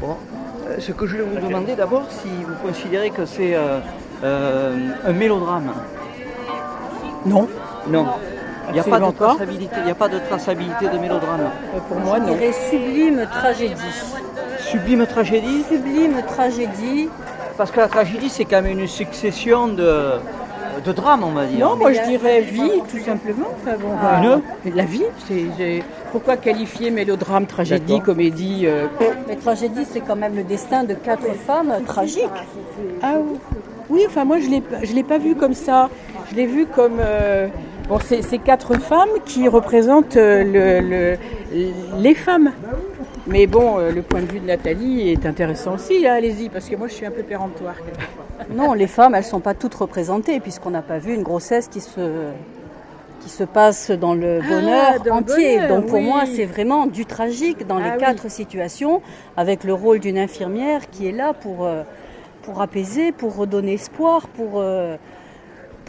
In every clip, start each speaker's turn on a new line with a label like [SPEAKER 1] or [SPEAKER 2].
[SPEAKER 1] Bon, euh, ce que je voulais vous demander d'abord, si vous considérez que c'est euh, euh, un mélodrame.
[SPEAKER 2] Non,
[SPEAKER 1] Non. Il n'y a pas de
[SPEAKER 2] Absolument pas.
[SPEAKER 1] traçabilité, il n'y a pas de traçabilité de mélodrame.
[SPEAKER 2] euh, pour moi non.
[SPEAKER 3] dirais sublime tragédie.
[SPEAKER 1] Sublime tragédie,
[SPEAKER 3] Sublime tragédie.
[SPEAKER 1] parce que la tragédie c'est quand même une succession de, de drames, on va dire.
[SPEAKER 2] Non, moi je dirais vie, tout simplement. Enfin, bon,
[SPEAKER 1] Ah.
[SPEAKER 2] voilà. La vie, c'est. j'ai- Pourquoi qualifier mélodrame, tragédie,
[SPEAKER 1] D'accord.
[SPEAKER 2] comédie euh,
[SPEAKER 3] Mais tragédie, c'est quand même le destin de quatre femmes tragiques.
[SPEAKER 2] Ah ou- oui, enfin moi je l'ai pas- je l'ai pas vu comme ça. Je l'ai vu comme euh, bon, c'est c'est quatre femmes qui représentent euh, le- le- les femmes. Mais bon, euh, le point de vue de Nathalie est intéressant aussi. hein, Allez-y, parce que moi je suis un peu péremptoire. quelquefois.
[SPEAKER 3] Non, les femmes, elles ne sont pas toutes représentées, puisqu'on n'a pas vu une grossesse qui se, qui se passe dans le
[SPEAKER 2] Ah,
[SPEAKER 3] bonheur
[SPEAKER 2] dans le
[SPEAKER 3] entier.
[SPEAKER 2] bonheur,
[SPEAKER 3] Donc pour
[SPEAKER 2] oui.
[SPEAKER 3] moi, c'est vraiment du tragique dans les
[SPEAKER 2] Ah oui.
[SPEAKER 3] quatre situations, avec le rôle d'une infirmière qui est là pour, euh, pour apaiser, pour redonner espoir, pour. euh,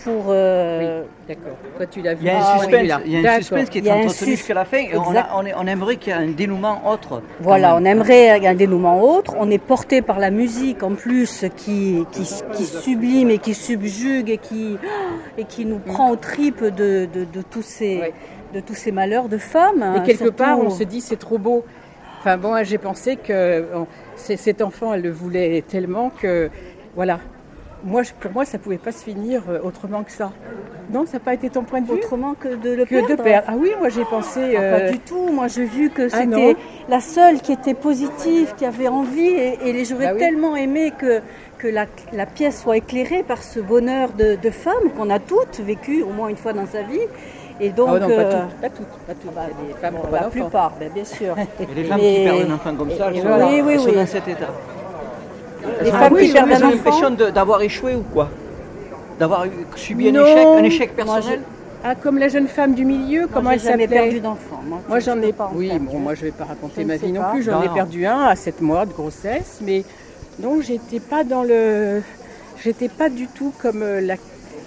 [SPEAKER 3] pour euh,
[SPEAKER 2] D'accord. Toi tu l'as vu.
[SPEAKER 1] Il y a un
[SPEAKER 3] Ah,
[SPEAKER 1] suspense,
[SPEAKER 2] tu l'as.
[SPEAKER 1] il y a un
[SPEAKER 2] D'accord.
[SPEAKER 1] suspense qui
[SPEAKER 3] Il y
[SPEAKER 1] est
[SPEAKER 3] a un
[SPEAKER 1] entretenu
[SPEAKER 3] sus-
[SPEAKER 1] jusqu'à la fin et on, a-
[SPEAKER 3] Exact.
[SPEAKER 1] on est- on aimerait qu'il y ait un dénouement autre.
[SPEAKER 3] Voilà,
[SPEAKER 1] quand
[SPEAKER 3] on
[SPEAKER 1] même.
[SPEAKER 3] aimerait un dénouement autre. On est porté par la musique en plus qui, qui,
[SPEAKER 2] Ah,
[SPEAKER 3] qui sublime et qui subjugue et qui, et qui nous prend aux tripes de, de, de tous, ces,
[SPEAKER 2] Mm. Ouais.
[SPEAKER 3] de tous ces malheurs de femmes. hein,
[SPEAKER 2] Et quelque
[SPEAKER 3] surtout-
[SPEAKER 2] part, on se dit c'est trop beau. Enfin bon, hein, j'ai pensé que on- c- cet enfant, elle le voulait tellement que voilà. Moi, je- pour moi, ça pouvait pas se finir euh, autrement que ça. Non, ça n'a pas été ton point de vue
[SPEAKER 3] autrement que de le
[SPEAKER 2] que de
[SPEAKER 3] perdre.
[SPEAKER 2] perdre. Ah oui, moi j'ai pensé.
[SPEAKER 3] Ah,
[SPEAKER 2] euh,
[SPEAKER 3] Pas du tout. Moi, j'ai vu que
[SPEAKER 2] Ah,
[SPEAKER 3] c'était
[SPEAKER 2] non.
[SPEAKER 3] la seule qui était positive, qui avait envie, et, et les- j'aurais
[SPEAKER 2] Bah oui.
[SPEAKER 3] tellement aimé que, que la, la pièce soit éclairée par ce bonheur de, de femme qu'on a toutes vécu au moins une fois dans sa vie. Et donc,
[SPEAKER 2] Ah non, pas
[SPEAKER 3] euh,
[SPEAKER 2] toutes, pas toutes, pas toutes.
[SPEAKER 3] bah,
[SPEAKER 2] Il y a des femmes qui ont
[SPEAKER 3] la
[SPEAKER 2] pas d'enfants.
[SPEAKER 3] plupart, ben, bien sûr.
[SPEAKER 1] Et les femmes qui
[SPEAKER 3] Et-
[SPEAKER 1] perdent un enfant comme ça, elles
[SPEAKER 3] et-
[SPEAKER 1] sont, là,
[SPEAKER 3] oui, oui,
[SPEAKER 1] elles sont
[SPEAKER 3] oui.
[SPEAKER 1] dans cet état.
[SPEAKER 3] Les
[SPEAKER 1] Ah
[SPEAKER 3] femmes
[SPEAKER 1] oui,
[SPEAKER 3] qui perdent
[SPEAKER 1] elles ont
[SPEAKER 3] un enfant.
[SPEAKER 1] l'impression de- d'avoir échoué ou quoi D'avoir eu- subi un
[SPEAKER 2] Non.
[SPEAKER 1] échec, un échec
[SPEAKER 3] Moi,
[SPEAKER 1] personnel
[SPEAKER 2] Ah, comme la jeune femme du milieu, comment
[SPEAKER 3] Moi, j'ai
[SPEAKER 2] elle
[SPEAKER 3] jamais
[SPEAKER 2] s'appelait
[SPEAKER 3] perdu d'enfant.
[SPEAKER 2] Moi,
[SPEAKER 3] je
[SPEAKER 2] j'en
[SPEAKER 3] peux
[SPEAKER 2] ai
[SPEAKER 3] pas en
[SPEAKER 2] Oui,
[SPEAKER 3] faire,
[SPEAKER 2] bon,
[SPEAKER 3] tu
[SPEAKER 2] moi,
[SPEAKER 3] vois.
[SPEAKER 2] je vais pas raconter
[SPEAKER 3] Je ne
[SPEAKER 2] ma
[SPEAKER 3] sais
[SPEAKER 2] vie non
[SPEAKER 3] pas.
[SPEAKER 2] plus. J'en ai
[SPEAKER 1] Non.
[SPEAKER 2] perdu un à 7 mois de grossesse, mais donc j'étais pas dans le, j'étais pas du tout comme euh, la,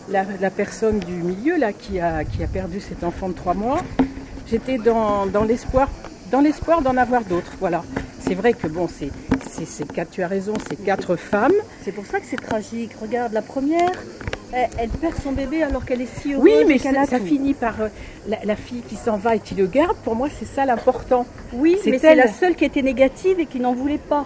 [SPEAKER 2] la, la personne du milieu là qui a qui a perdu cet enfant de 3 mois. J'étais dans, dans l'espoir, dans l'espoir d'en avoir d'autres. Voilà. C'est vrai que bon, c'est c'est c'est quatre. Tu as raison, c'est quatre femmes.
[SPEAKER 3] C'est pour ça que c'est tragique. Regarde, la première, elle, elle perd son bébé alors qu'elle est si heureuse.
[SPEAKER 2] Oui, mais
[SPEAKER 3] et qu'elle
[SPEAKER 2] ça,
[SPEAKER 3] a
[SPEAKER 2] ça
[SPEAKER 3] tout.
[SPEAKER 2] finit par euh, la, la fille qui s'en va et qui le garde. Pour moi, c'est ça l'important.
[SPEAKER 3] Oui,
[SPEAKER 2] C'est
[SPEAKER 3] mais c'est
[SPEAKER 2] elle.
[SPEAKER 3] la seule qui était négative et qui n'en voulait pas.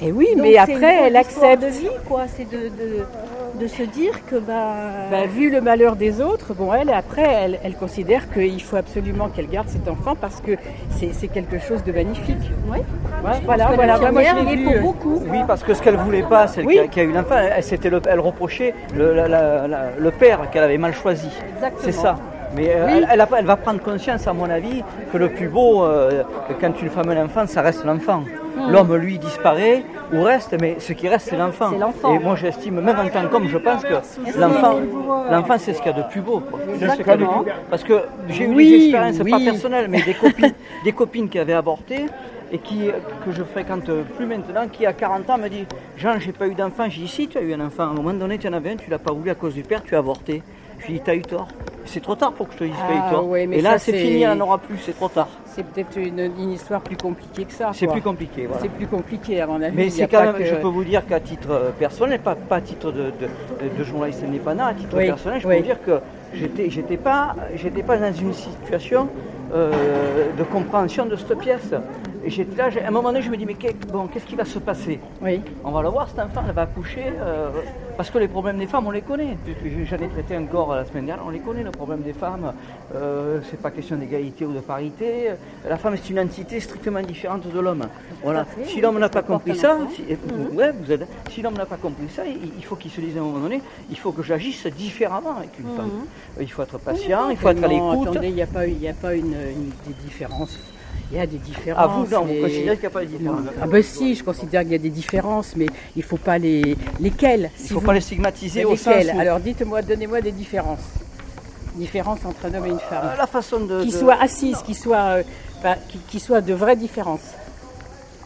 [SPEAKER 2] Et oui, mais
[SPEAKER 3] Donc, c'est une
[SPEAKER 2] après,
[SPEAKER 3] grande
[SPEAKER 2] elle
[SPEAKER 3] histoire
[SPEAKER 2] accepte.
[SPEAKER 3] de vie, quoi. C'est de, de, de se dire que bah.
[SPEAKER 2] Ben, vu le malheur des autres, bon, elle, après, elle, elle considère qu'il faut absolument qu'elle garde cet enfant parce que c'est c'est quelque chose de magnifique.
[SPEAKER 3] Oui.
[SPEAKER 2] Ouais, voilà,
[SPEAKER 3] que
[SPEAKER 2] voilà.
[SPEAKER 3] la
[SPEAKER 2] moi, je
[SPEAKER 3] première,
[SPEAKER 2] l'ai
[SPEAKER 3] elle est
[SPEAKER 2] vu,
[SPEAKER 3] pour
[SPEAKER 2] euh,
[SPEAKER 3] beaucoup.
[SPEAKER 1] Oui, parce que ce qu'elle voulait pas, celle
[SPEAKER 2] Oui.
[SPEAKER 1] qui, a, qui a eu l'enfant, elle, c'était le, elle reprochait le, la- la- la- le père qu'elle avait mal choisi.
[SPEAKER 3] Exactement.
[SPEAKER 1] C'est ça. Mais euh,
[SPEAKER 2] Oui.
[SPEAKER 1] elle, elle a pas- elle va prendre conscience, à mon avis, que le plus beau, euh, que quand une femme a un enfant, ça reste l'enfant. L'homme, lui, disparaît ou reste, mais ce qui reste, c'est l'enfant.
[SPEAKER 3] C'est l'enfant.
[SPEAKER 1] Et moi, j'estime, même en tant qu'homme, je pense que l'enfant, l'enfant, c'est ce qu'il y a de plus beau. quoi. C'est ce qu'il y a de plus beau. Parce que j'ai eu
[SPEAKER 2] Oui,
[SPEAKER 1] des expériences, pas
[SPEAKER 2] oui.
[SPEAKER 1] personnelles, mais des copines, des copines qui avaient avorté et qui, que je fréquente plus maintenant, qui à 40 ans me dit Jean, j'ai pas eu d'enfant. J'ai dit Si, tu as eu un enfant. À un moment donné, tu en avais un, tu l'as pas voulu à cause du père, tu as avorté. Je lui dis T'as eu tort. C'est trop tard pour que je te dise que t'as eu
[SPEAKER 2] Ah,
[SPEAKER 1] tort.
[SPEAKER 2] ouais, mais
[SPEAKER 1] et là,
[SPEAKER 2] ça,
[SPEAKER 1] c'est
[SPEAKER 2] c'est-
[SPEAKER 1] fini, elle n'en aura plus, c'est trop tard.
[SPEAKER 2] C'est peut-être une, une histoire plus compliquée que ça.
[SPEAKER 1] C'est
[SPEAKER 2] quoi.
[SPEAKER 1] plus compliqué. Voilà.
[SPEAKER 2] C'est plus compliqué, à mon avis.
[SPEAKER 1] Mais
[SPEAKER 2] Il y a
[SPEAKER 1] c'est quand
[SPEAKER 2] pas
[SPEAKER 1] même,
[SPEAKER 2] que-
[SPEAKER 1] je peux vous dire qu'à titre euh, personnel, pas, pas à titre de, de- de journaliste indépendant, à titre
[SPEAKER 2] Oui,
[SPEAKER 1] personnel, je
[SPEAKER 2] oui.
[SPEAKER 1] peux vous dire que j'étais, j'étais pas, j'étais pas dans une situation euh, de compréhension de cette pièce. Et j'étais là, j'ai- à un moment donné, je me dis, mais qu'est- bon, qu'est-ce qui va se passer
[SPEAKER 2] Oui.
[SPEAKER 1] On va le voir, cet enfant, elle va accoucher, euh, parce que les problèmes des femmes, on les connaît. J'en ai traité encore la semaine dernière, on les connaît, le problème des femmes. Euh, c'est pas question d'égalité ou de parité. La femme, c'est une entité strictement différente de l'homme. Voilà.
[SPEAKER 3] fait,
[SPEAKER 1] Si l'homme n'a pas
[SPEAKER 3] elle porte
[SPEAKER 1] compris
[SPEAKER 3] un
[SPEAKER 1] ça,
[SPEAKER 3] enfant.
[SPEAKER 1] si, et-
[SPEAKER 2] Mhm.
[SPEAKER 1] ouais, vous êtes- si l'homme n'a pas compris ça, il, il faut qu'il se dise à un moment donné, il faut que j'agisse différemment avec une femme.
[SPEAKER 2] Mhm.
[SPEAKER 1] Il faut être patient, il faut être à
[SPEAKER 2] Non,
[SPEAKER 1] l'écoute.
[SPEAKER 2] Attendez, il n'y a pas, il y a pas une, une- des différences. Il y a des différences.
[SPEAKER 1] À Ah, vous, non, vous
[SPEAKER 2] mais-
[SPEAKER 1] considérez qu'il n'y a pas de différence.
[SPEAKER 2] Ah ben si, je considère qu'il y a des différences, mais il faut pas les lesquelles.
[SPEAKER 1] Il ne
[SPEAKER 2] si
[SPEAKER 1] faut
[SPEAKER 2] vous-
[SPEAKER 1] pas les stigmatiser au sens
[SPEAKER 2] lesquelles
[SPEAKER 1] où-
[SPEAKER 2] Alors dites-moi, donnez-moi des différences. Différences entre un homme et une femme.
[SPEAKER 1] euh, la façon Ah, de,
[SPEAKER 2] qui
[SPEAKER 1] de-
[SPEAKER 2] soient assises, qui soient, euh, pas- qui, qui soient de vraies différences.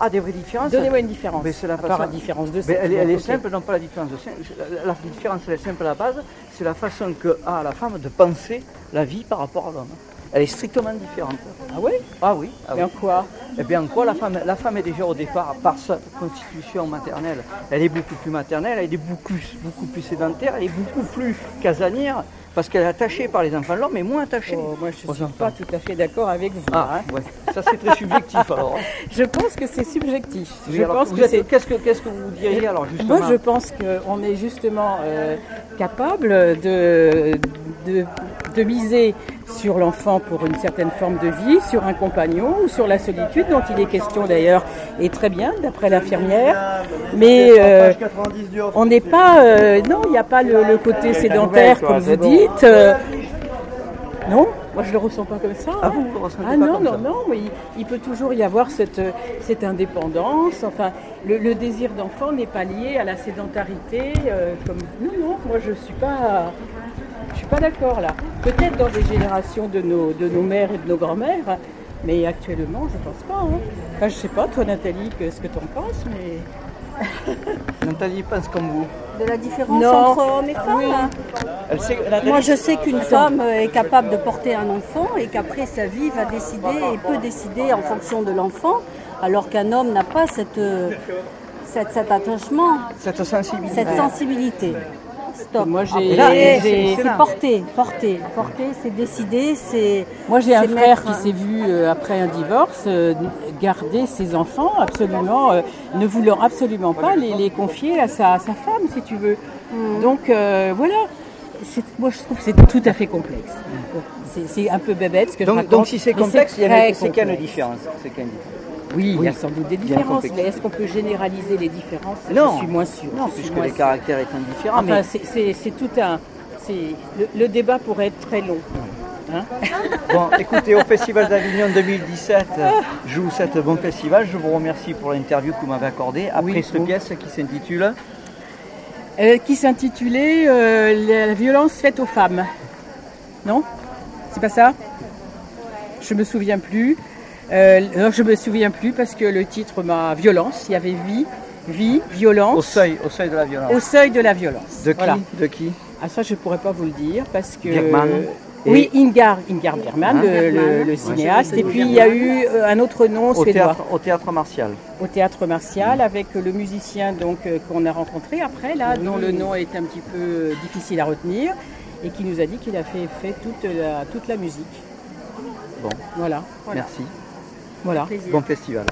[SPEAKER 1] Ah, des vraies différences
[SPEAKER 2] Donnez-moi une différence.
[SPEAKER 1] Mais c'est la
[SPEAKER 2] à part
[SPEAKER 1] façon-
[SPEAKER 2] la différence de
[SPEAKER 1] Mais
[SPEAKER 2] sexe.
[SPEAKER 1] elle, est- elle
[SPEAKER 2] bon,
[SPEAKER 1] est
[SPEAKER 2] ok.
[SPEAKER 1] simple, non pas la différence. de sexe. La, la différence, elle est simple à la base. C'est la façon que a la femme de penser la vie par rapport à l'homme. elle est strictement différente.
[SPEAKER 2] Ah oui
[SPEAKER 1] Ah oui, ah oui.
[SPEAKER 2] Mais en quoi
[SPEAKER 1] Eh bien, en quoi la femme, la femme est déjà au départ, par sa constitution maternelle, elle est beaucoup plus maternelle, elle est beaucoup, beaucoup plus sédentaire, elle est beaucoup plus casanière, parce qu'elle est attachée par les enfants de l'homme, mais moins attachée.
[SPEAKER 2] Oh, Moi, je ne
[SPEAKER 1] aux
[SPEAKER 2] suis
[SPEAKER 1] enfants.
[SPEAKER 2] pas tout à fait d'accord avec vous.
[SPEAKER 1] Ah,
[SPEAKER 2] hein.
[SPEAKER 1] ouais. ça c'est très subjectif alors. hein.
[SPEAKER 2] Je pense que c'est subjectif.
[SPEAKER 1] Oui,
[SPEAKER 2] je
[SPEAKER 1] alors,
[SPEAKER 2] pense
[SPEAKER 1] vous
[SPEAKER 2] que
[SPEAKER 1] êtes-
[SPEAKER 2] c'est
[SPEAKER 1] qu'est-ce que Qu'est-ce que vous diriez alors justement
[SPEAKER 2] Moi, je pense qu'on est justement euh, capable de, de, de miser sur l'enfant pour une certaine forme de vie, sur un compagnon ou sur la solitude, dont il est question d'ailleurs, et très bien, d'après l'infirmière. Mais euh, on n'est pas. euh, non, il n'y a pas le, le côté sédentaire, comme vous dites. euh, non, moi je le ressens pas comme ça.
[SPEAKER 1] Ah, vous, vous le ressentez
[SPEAKER 2] Ah
[SPEAKER 1] pas
[SPEAKER 2] non,
[SPEAKER 1] comme
[SPEAKER 2] non,
[SPEAKER 1] ça.
[SPEAKER 2] non, mais il, il peut toujours y avoir cette, euh, cette indépendance. Enfin, le, le désir d'enfant n'est pas lié à la sédentarité. euh, comme... Non, non, moi je suis pas. Je suis pas d'accord là. Peut-être dans des générations de nos, de nos mères et de nos grands-mères, hein, mais actuellement, je pense pas. hein. Enfin, je sais pas, toi Nathalie, que- ce que tu en penses, mais.
[SPEAKER 1] Nathalie pense comme vous.
[SPEAKER 3] De la différence
[SPEAKER 2] Non. Ah
[SPEAKER 3] entre hommes et femmes. hein.
[SPEAKER 1] Elle sait, Nathalie-
[SPEAKER 3] Moi, je sais qu'une femme est capable de porter un enfant et qu'après sa vie va décider et peut décider en fonction de l'enfant, alors qu'un homme n'a pas cette, euh, cette- cet attachement,
[SPEAKER 1] cette sensibilité.
[SPEAKER 3] cette sensibilité. Stop.
[SPEAKER 2] Moi, j'ai-
[SPEAKER 3] Après,
[SPEAKER 2] Ah, là,
[SPEAKER 3] c'est-
[SPEAKER 2] j'ai-
[SPEAKER 3] c'est porter, porter, porter, c'est décider, c'est.
[SPEAKER 2] Moi, j'ai un
[SPEAKER 3] c'est
[SPEAKER 2] frère
[SPEAKER 3] mettre
[SPEAKER 2] qui s'est vu euh, après un divorce euh, garder ses enfants, absolument, euh, ne voulant absolument pas les, les confier à sa, à sa femme, si tu veux. Donc euh, voilà. C'est- Moi, je trouve que c'est tout à fait complexe. Bon, c'est- C'est un peu bébête ce que je
[SPEAKER 1] Donc,
[SPEAKER 2] raconte.
[SPEAKER 1] donc si c'est
[SPEAKER 2] mais
[SPEAKER 1] complexe, il y a
[SPEAKER 2] très
[SPEAKER 1] une- c'est qu'il y a une
[SPEAKER 2] complexe.
[SPEAKER 1] différence. C'est qu'il y a une différence.
[SPEAKER 2] Oui, il y a
[SPEAKER 1] Oui.
[SPEAKER 2] sans doute des
[SPEAKER 1] Bien
[SPEAKER 2] différences,
[SPEAKER 1] complexe.
[SPEAKER 2] mais est-ce qu'on peut généraliser les différences
[SPEAKER 1] Non.
[SPEAKER 2] Je suis moins sûre.
[SPEAKER 1] Non,
[SPEAKER 2] Je suis
[SPEAKER 1] puisque
[SPEAKER 2] moins
[SPEAKER 1] les
[SPEAKER 2] sûre.
[SPEAKER 1] caractères étant différents.
[SPEAKER 2] Enfin,
[SPEAKER 1] mais
[SPEAKER 2] c'est- c'est c'est tout un. c'est- Le, le débat pourrait être très long. Hein
[SPEAKER 1] bon, écoutez, au Festival d'Avignon 2017, euh, je vous souhaite un bon festival. Je vous remercie pour l'interview que vous m'avez accordée après
[SPEAKER 2] Oui,
[SPEAKER 1] cette
[SPEAKER 2] bon.
[SPEAKER 1] pièce qui s'intitule
[SPEAKER 2] Euh, qui s'intitulait euh, La violence faite aux femmes. Non C'est pas ça Je me souviens plus. Euh, non, je me souviens plus parce que le titre m'a violence. Il y avait vie, vie, violence.
[SPEAKER 1] Au seuil, au seuil de la violence.
[SPEAKER 2] au seuil de la violence.
[SPEAKER 1] De qui
[SPEAKER 2] Voilà.
[SPEAKER 1] De qui
[SPEAKER 2] Ah, ça, je ne pourrais pas vous le dire parce que.
[SPEAKER 1] Bergman.
[SPEAKER 2] Oui, Ingar, Ingar Bergman,
[SPEAKER 1] Hein
[SPEAKER 2] le, le- le cinéaste. Et puis il y a eu euh, un autre nom
[SPEAKER 1] Au
[SPEAKER 2] suédois
[SPEAKER 1] théâtre, au théâtre martial.
[SPEAKER 2] au théâtre martial avec le musicien donc euh, qu'on a rencontré après là dont le nom est un petit peu euh, difficile à retenir et qui nous a dit qu'il a fait, fait toute, la, toute la musique.
[SPEAKER 1] Bon,
[SPEAKER 2] Voilà. Voilà.
[SPEAKER 1] merci.
[SPEAKER 2] voilà.
[SPEAKER 1] Bon festival.